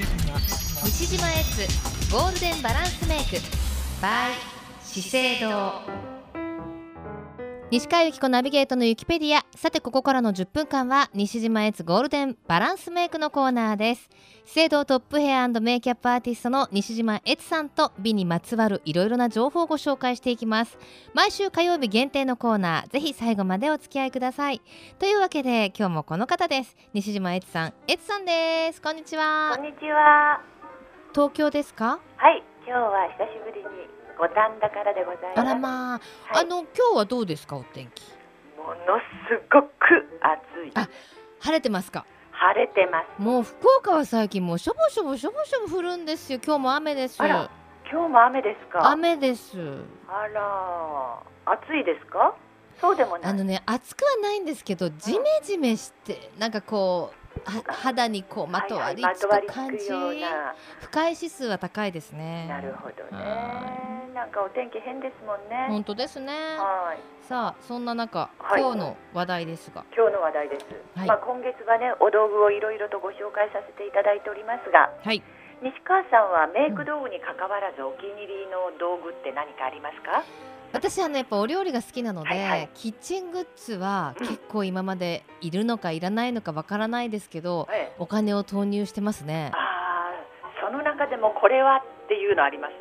西島エッツゴールデンバランスメイク by 資生堂西川由紀子ナビゲートのユキペディアさてここからの10分間は西島エッツゴールデンバランスメイクのコーナーです資生堂トップヘアメイキャップアーティストの西島エツさんと美にまつわるいろいろな情報をご紹介していきます毎週火曜日限定のコーナーぜひ最後までお付き合いくださいというわけで今日もこの方です西島エツさんエツさんですこんにちはこんにちは。東京ですかはい、今日は久しぶりに五反田からでございます。あらまあ、はあいの今日はどうですかお天気ものすごく暑い。あ晴れてますか晴れてます。もう福岡は最近もうしょぼしょぼしょぼしょぼ降るんですよ今日も雨ですあら今日も雨ですか。雨ですあら、暑いですか。そうでもない。あのね暑くはないんですけどジメジメしてなんかこうは肌にこうまとわりつはいはいまとわくりつ感じくような。不快指数は高いですねなるほどはね。なんかお天気変ですもんね。本当ですねはい。さあそんな中はい今日の話題ですが今日の話題です。はいまあ今月はね、お道具をいろいろとご紹介させていただいておりますが、はい西川さんはメイク道具に関わらずお気に入りの道具って何かありますか？私はねやっぱお料理が好きなので、はいはいキッチングッズはうん結構今までいるのかいらないのかわからないですけど、ええお金を投入してますねあーその中でもこれはっていうのあります、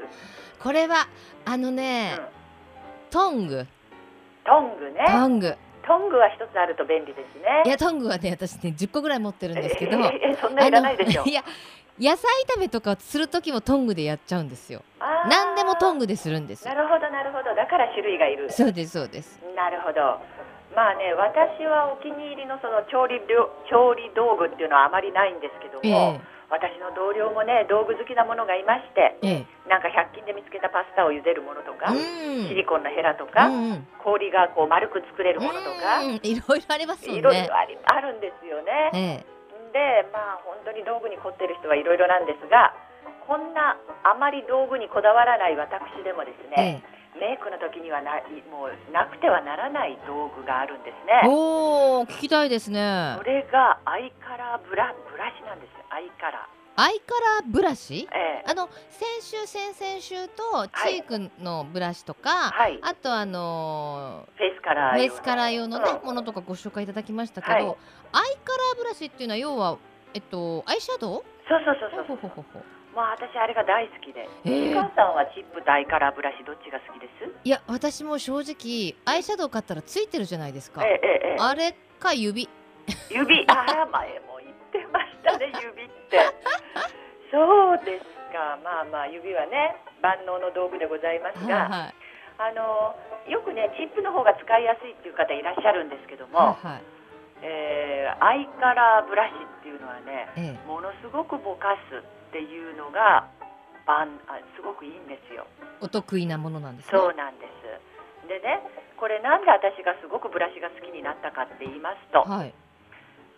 これはあのね、うんトングトングねトングトングは一つあると便利ですねいやトングはね私ね10個ぐらい持ってるんですけど、えええそんないらないでしょあのいや野菜炒めとかする時もトングでやっちゃうんですよあー何でもトングでするんですなるほどなるほどだから種類がいるそうですそうですなるほどまあね私はお気に入りのその調理料調理道具っていうのはあまりないんですけどえも、私の同僚もね道具好きなものがいましてええなんか100均で見つけたパスタを茹でるものとえか、うんシリコンのヘラとか、うんうん氷がこう丸く作れるものとか、うんいろいろありますよねいろいろありあるんですよねえ。えでまあ本当に道具に凝ってる人はいろいろなんですがこんなあまり道具にこだわらない私でもですえね、えメイクの時にはなもうなくてはならない道具があるんですねおお聞きたいです ねアそれがアイカラーブラブラシなんですアイカライカラーブラシー、ええあの先週先々週とチークのブラシとか、はいあとあのフェイスカーラーフ用ェイスカラー用のね、うんものとかご紹介いただきましたけど、はいアイカラーブラシっていうのは要はえっとアイシャドウそうそうそうほそほうほほほもう私あれが大好きでええ西川さんはチップとアイカラーブラシどっちが好きですいや私も正直アイシャドウ買ったらついてるじゃないですか、えええええあれか指え指ああ前も言ってまし たね指ってそうですかまあまあ指はね万能の道具でございますはいが、はいあのよくねチップの方が使いやすいっていう方いらっしゃるんですけども、はいはいえーアイカラーブラシっていうのはねええものすごくぼかすっていうのが万あすごくいいんですよお得意なものなんですねそうなんですでねこれなんで私がすごくブラシが好きになったかって言いますとはい、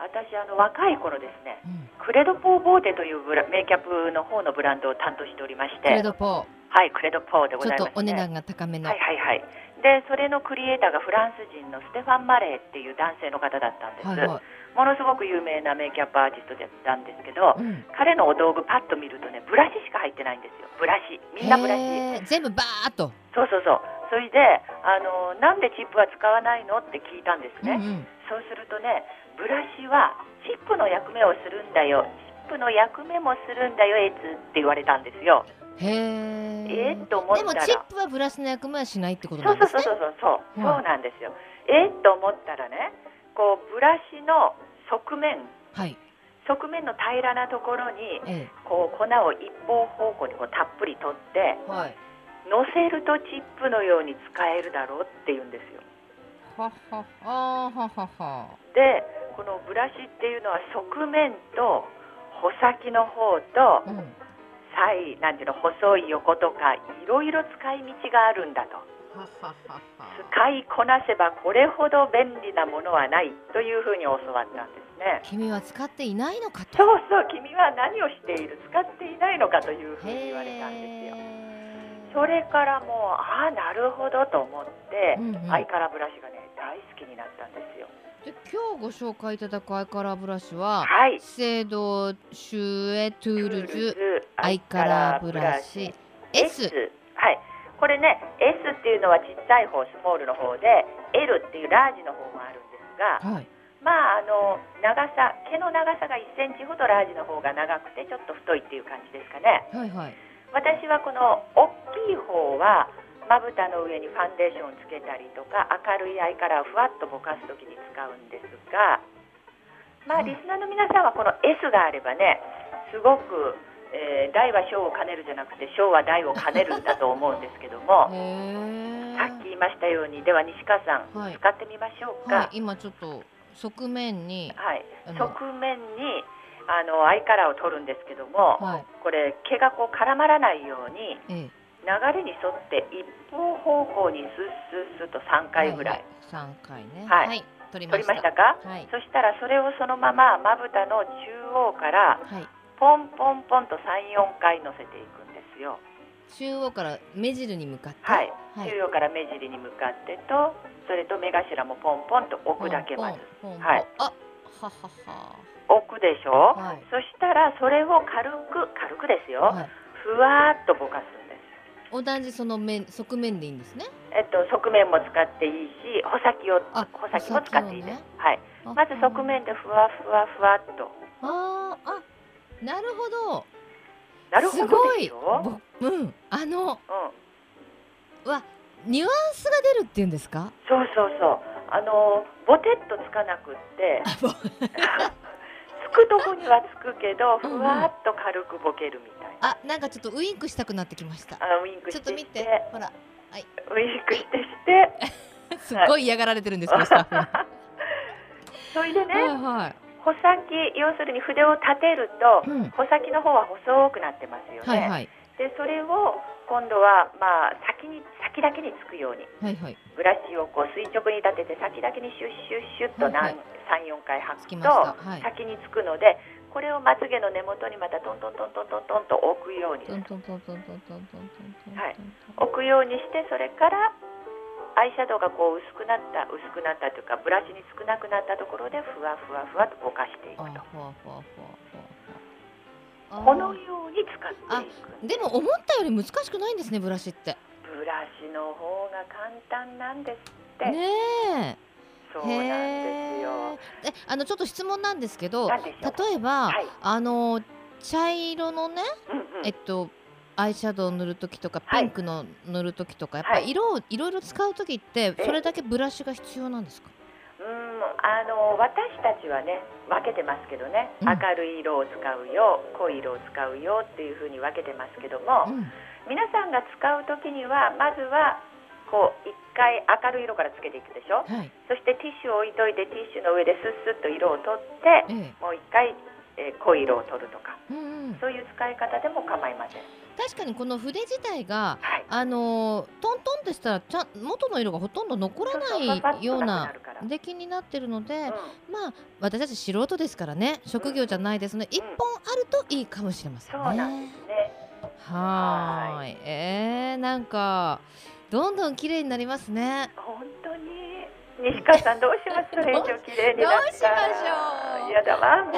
私あの若い頃ですねうん、クレドポーボーテというブラメイキャップの方のブランドを担当しておりましクてレドポはいクレドポーでーごちょざっいとおます値ね段が高めの、はいはいはいでそれのクリエイターがフランス人のステファン・マレーっていう男性の方だったんです、はいはものすごく有名なメイキャップアーティストだったんですけどい、うん、彼のお道具パッと見るとねブラシしか入ってないんですよブラシみんなブラシへー全部バーっと、そうそうそうそれであのなんでチップは使わないのって聞いたんですね、うんうんそうするとねブラシはチップの役目をするんだよチップの役目もするんだよエイツって言われたんですよ、へええー、っと思っでもたらチップはブラシの役目はしないってことそなうんそですねうそうそうそうそう、はいそうなんですよえー、っと思ったらねこうブラシの側面はい、側面の平らなところにえこう粉を一方方向にこうたっぷり取ってえ、はい乗せるとチップのように使えるだろうって言うんですよははははははでこのブラシっていうのは側面と穂先の方とうん細いなんていうの細い横とかいろいろ使い道があるんだとはははは使いこなせばこれほど便利なものはないというふうに教わったんですね君は使っていないのかとそうそう君は何をしている使っていないのかというふうに言われたんですよへーそれからもうああなるほどと思って、うんうんアイカラブラシがね大好きになったんですよで今日ご紹介いただくアイカラーブラシは、はい資生堂シュエトゥールジュアアイイカカララーーブブララシシ S, はいこれね S っていうのはちっちゃい方スモールの方で L っていうラージの方もあるんですはがいまああの長さ毛の長さが1センチほどラージの方が長くてちょっと太いっていう感じですかねはいはい私はこの大きい方はまぶたの上にファンデーションをつけたりとか明るいアイカラーをふわっとぼかす時に使うんですがまうあんリスナーの皆さんはこの S があればねすごく、えー大は小を兼ねるじゃなくて小は大を兼ねるんだと思うんですけども へえさっき言いましたようにでは西川さんはい使ってみましょうはいか。今ちょっと側面にはい、あの側面にあのアイカラーを取るんですけども、はいこれ毛がこう絡まらないようにええ流れに沿って一方方向にスッスッスッと3回ぐらいはは3回ねはい取りま取しりたましたかはいそしたらそれをそのまままぶたの中央からはいポンポンポンと34回乗せていくんですよ中央から目尻に向かってはい、はい中央から目尻に向かってとそれと目頭もポンポンと置くだけまずポンポンポンポンはいあははは置くでしょ、はいそしたらそれを軽く軽くですよ、はいふわーっとぼかすんです同じその面側面でいいんですねえっと、側面も使っていいし穂先をあ穂先も使っていいです、穂先をねはい、あまず側面でふわふわふわっとあーあなるほどなるほどすごでいすよ、うん、ぼうんあのはニュアンスが出るっていうんです かそうそうそうあのボテッとつかなくってあぼつくとこにはつくけどうんうんふわっと軽くボケるみたいなあなんかちょっとウインクしたくなってきましたあのウインクちょしっとて見してほらウインクしてし てすっごい嫌がられてるんですけどスタッフはそれではいねはい穂先要するに筆を立てるとうん穂先の方は細くなってますよね、はいはいでそれを今度はまあ先に先だけにつくようにはいはいブラシをこう垂直に立てて先だけにシュッシュッシュッとはい何、三四34回吐つきくましたとはい先につくのでこれをまつげの根元にまたトントントントントントンと置くようにトントントントントントントントントンはい置くようにしてそれからアイシャドウがこう薄くなった薄くなったというかブラシに少なくなったところでふわふわふわとぼかしていあくほうほとうほうほうほうこのように使ってあいくでも思ったより難しくないんですねブラシってブラシの方が簡単なんですって、ねえそうなんですへよーえあのちょっと質問なんですけどなんでしょう例えば、はいあの茶色のね、うんうんえっとアイシャドウを塗る時とかはピいンクの塗る時とか、はやっぱい色をいろいろ使う時ってええそれだけブラシが必要なんですか、うん、あの私たちはね分けてますけどね、うん明るい色を使うよ濃い色を使うよっていうふうに分けてますけどうも、ん、皆さんが使う時にはまずはこう一回明るい色からつけていくでしょはい、そしてティッシュを置いといてティッシュの上でスッスッと色を取ってええもう一回、えー濃い色を取るとかうんうん、そういう使い方でも構いません。確かにこの筆自体がはいあのートントンってしたらちゃん元の色がほとんど残らないような出来になってるので、まあ私たち素人ですからね職業じゃないですので、一本あるといいかもしれませんそうなねん。ですね。はーい。えー、なんかどんどん綺麗になりますね。本当に西川さんどうしますどう編集綺麗になったどうしましょうやだわもう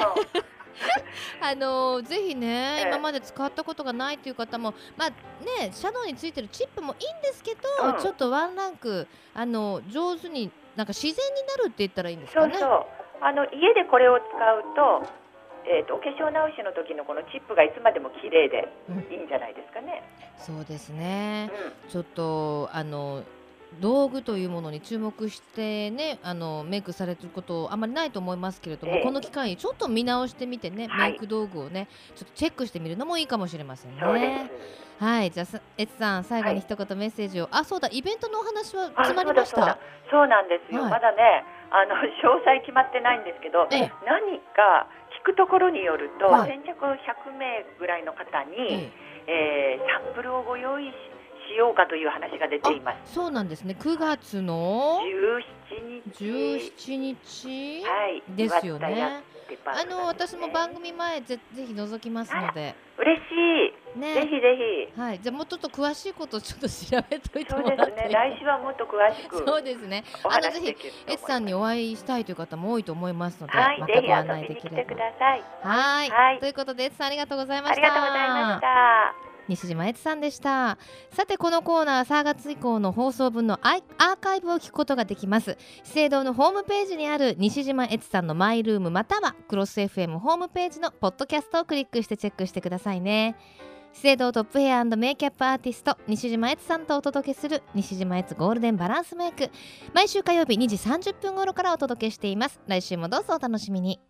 あのーぜひね、ええ今まで使ったことがないという方も、まあねシャドウについてるチップもいいんですけど、うんちょっとワンランクあの上手になんか自然になるって言ったらいいんですそかうね。そうあの家でこれを使うと,、えー、とお化粧直しの時のこのチップがいつまでも綺麗でうんいいんじゃないですかね、そうですねう。ん、ちょっとあの道具というものに注目してねあのメイクされてることあまりないと思いますけれども、ええこの機会にちょっと見直してみてね、はいメイク道具をねちょっとチェックしてみるのもいいかもしれませんそうです、ね。はいじゃあさエツさん最後に一言メッセージを、あそうだイベントのお話はあ詰まりましそうだた。そうだそうなんですよ、はいまだねあの詳細決まってないんですけど、ええ何か聞くところによると、はい先着100名ぐらいの方に、えええーサンプルをご用意ししようかという話が出ています。そうなんですね9月の17日17日はいですよ岩田屋ね。っていうパーあクなんですねの私も番組前ぜぜひ覗きますので嬉しい、ぜひねぜひはいじゃあもうちょっと詳しいことをちょっと調べといてそうもでらっすてねいい来週はもっと詳しくそうですねおあの話ぜしひできると思いエますツさんにお会いしたいという方も多いと思いますので、はい、まぜたひご案内で遊びにき来れてばください。はいはいということでエツさんありがとうございまあしりたがとうございました。西島悦さんでしたさてこのコーナー3月以降の放送分のアイアーカイブを聞くことができます資生堂のホームページにある西島悦さんのマイルームまたはクロス FM ホームページのポッドキャストをクリックしてチェックしてくださいね資生堂トップヘアメイキャップアーティスト西島悦さんとお届けする西島悦ゴールデンバランスメイク毎週火曜日2時30分頃からお届けしています来週もどうぞお楽しみに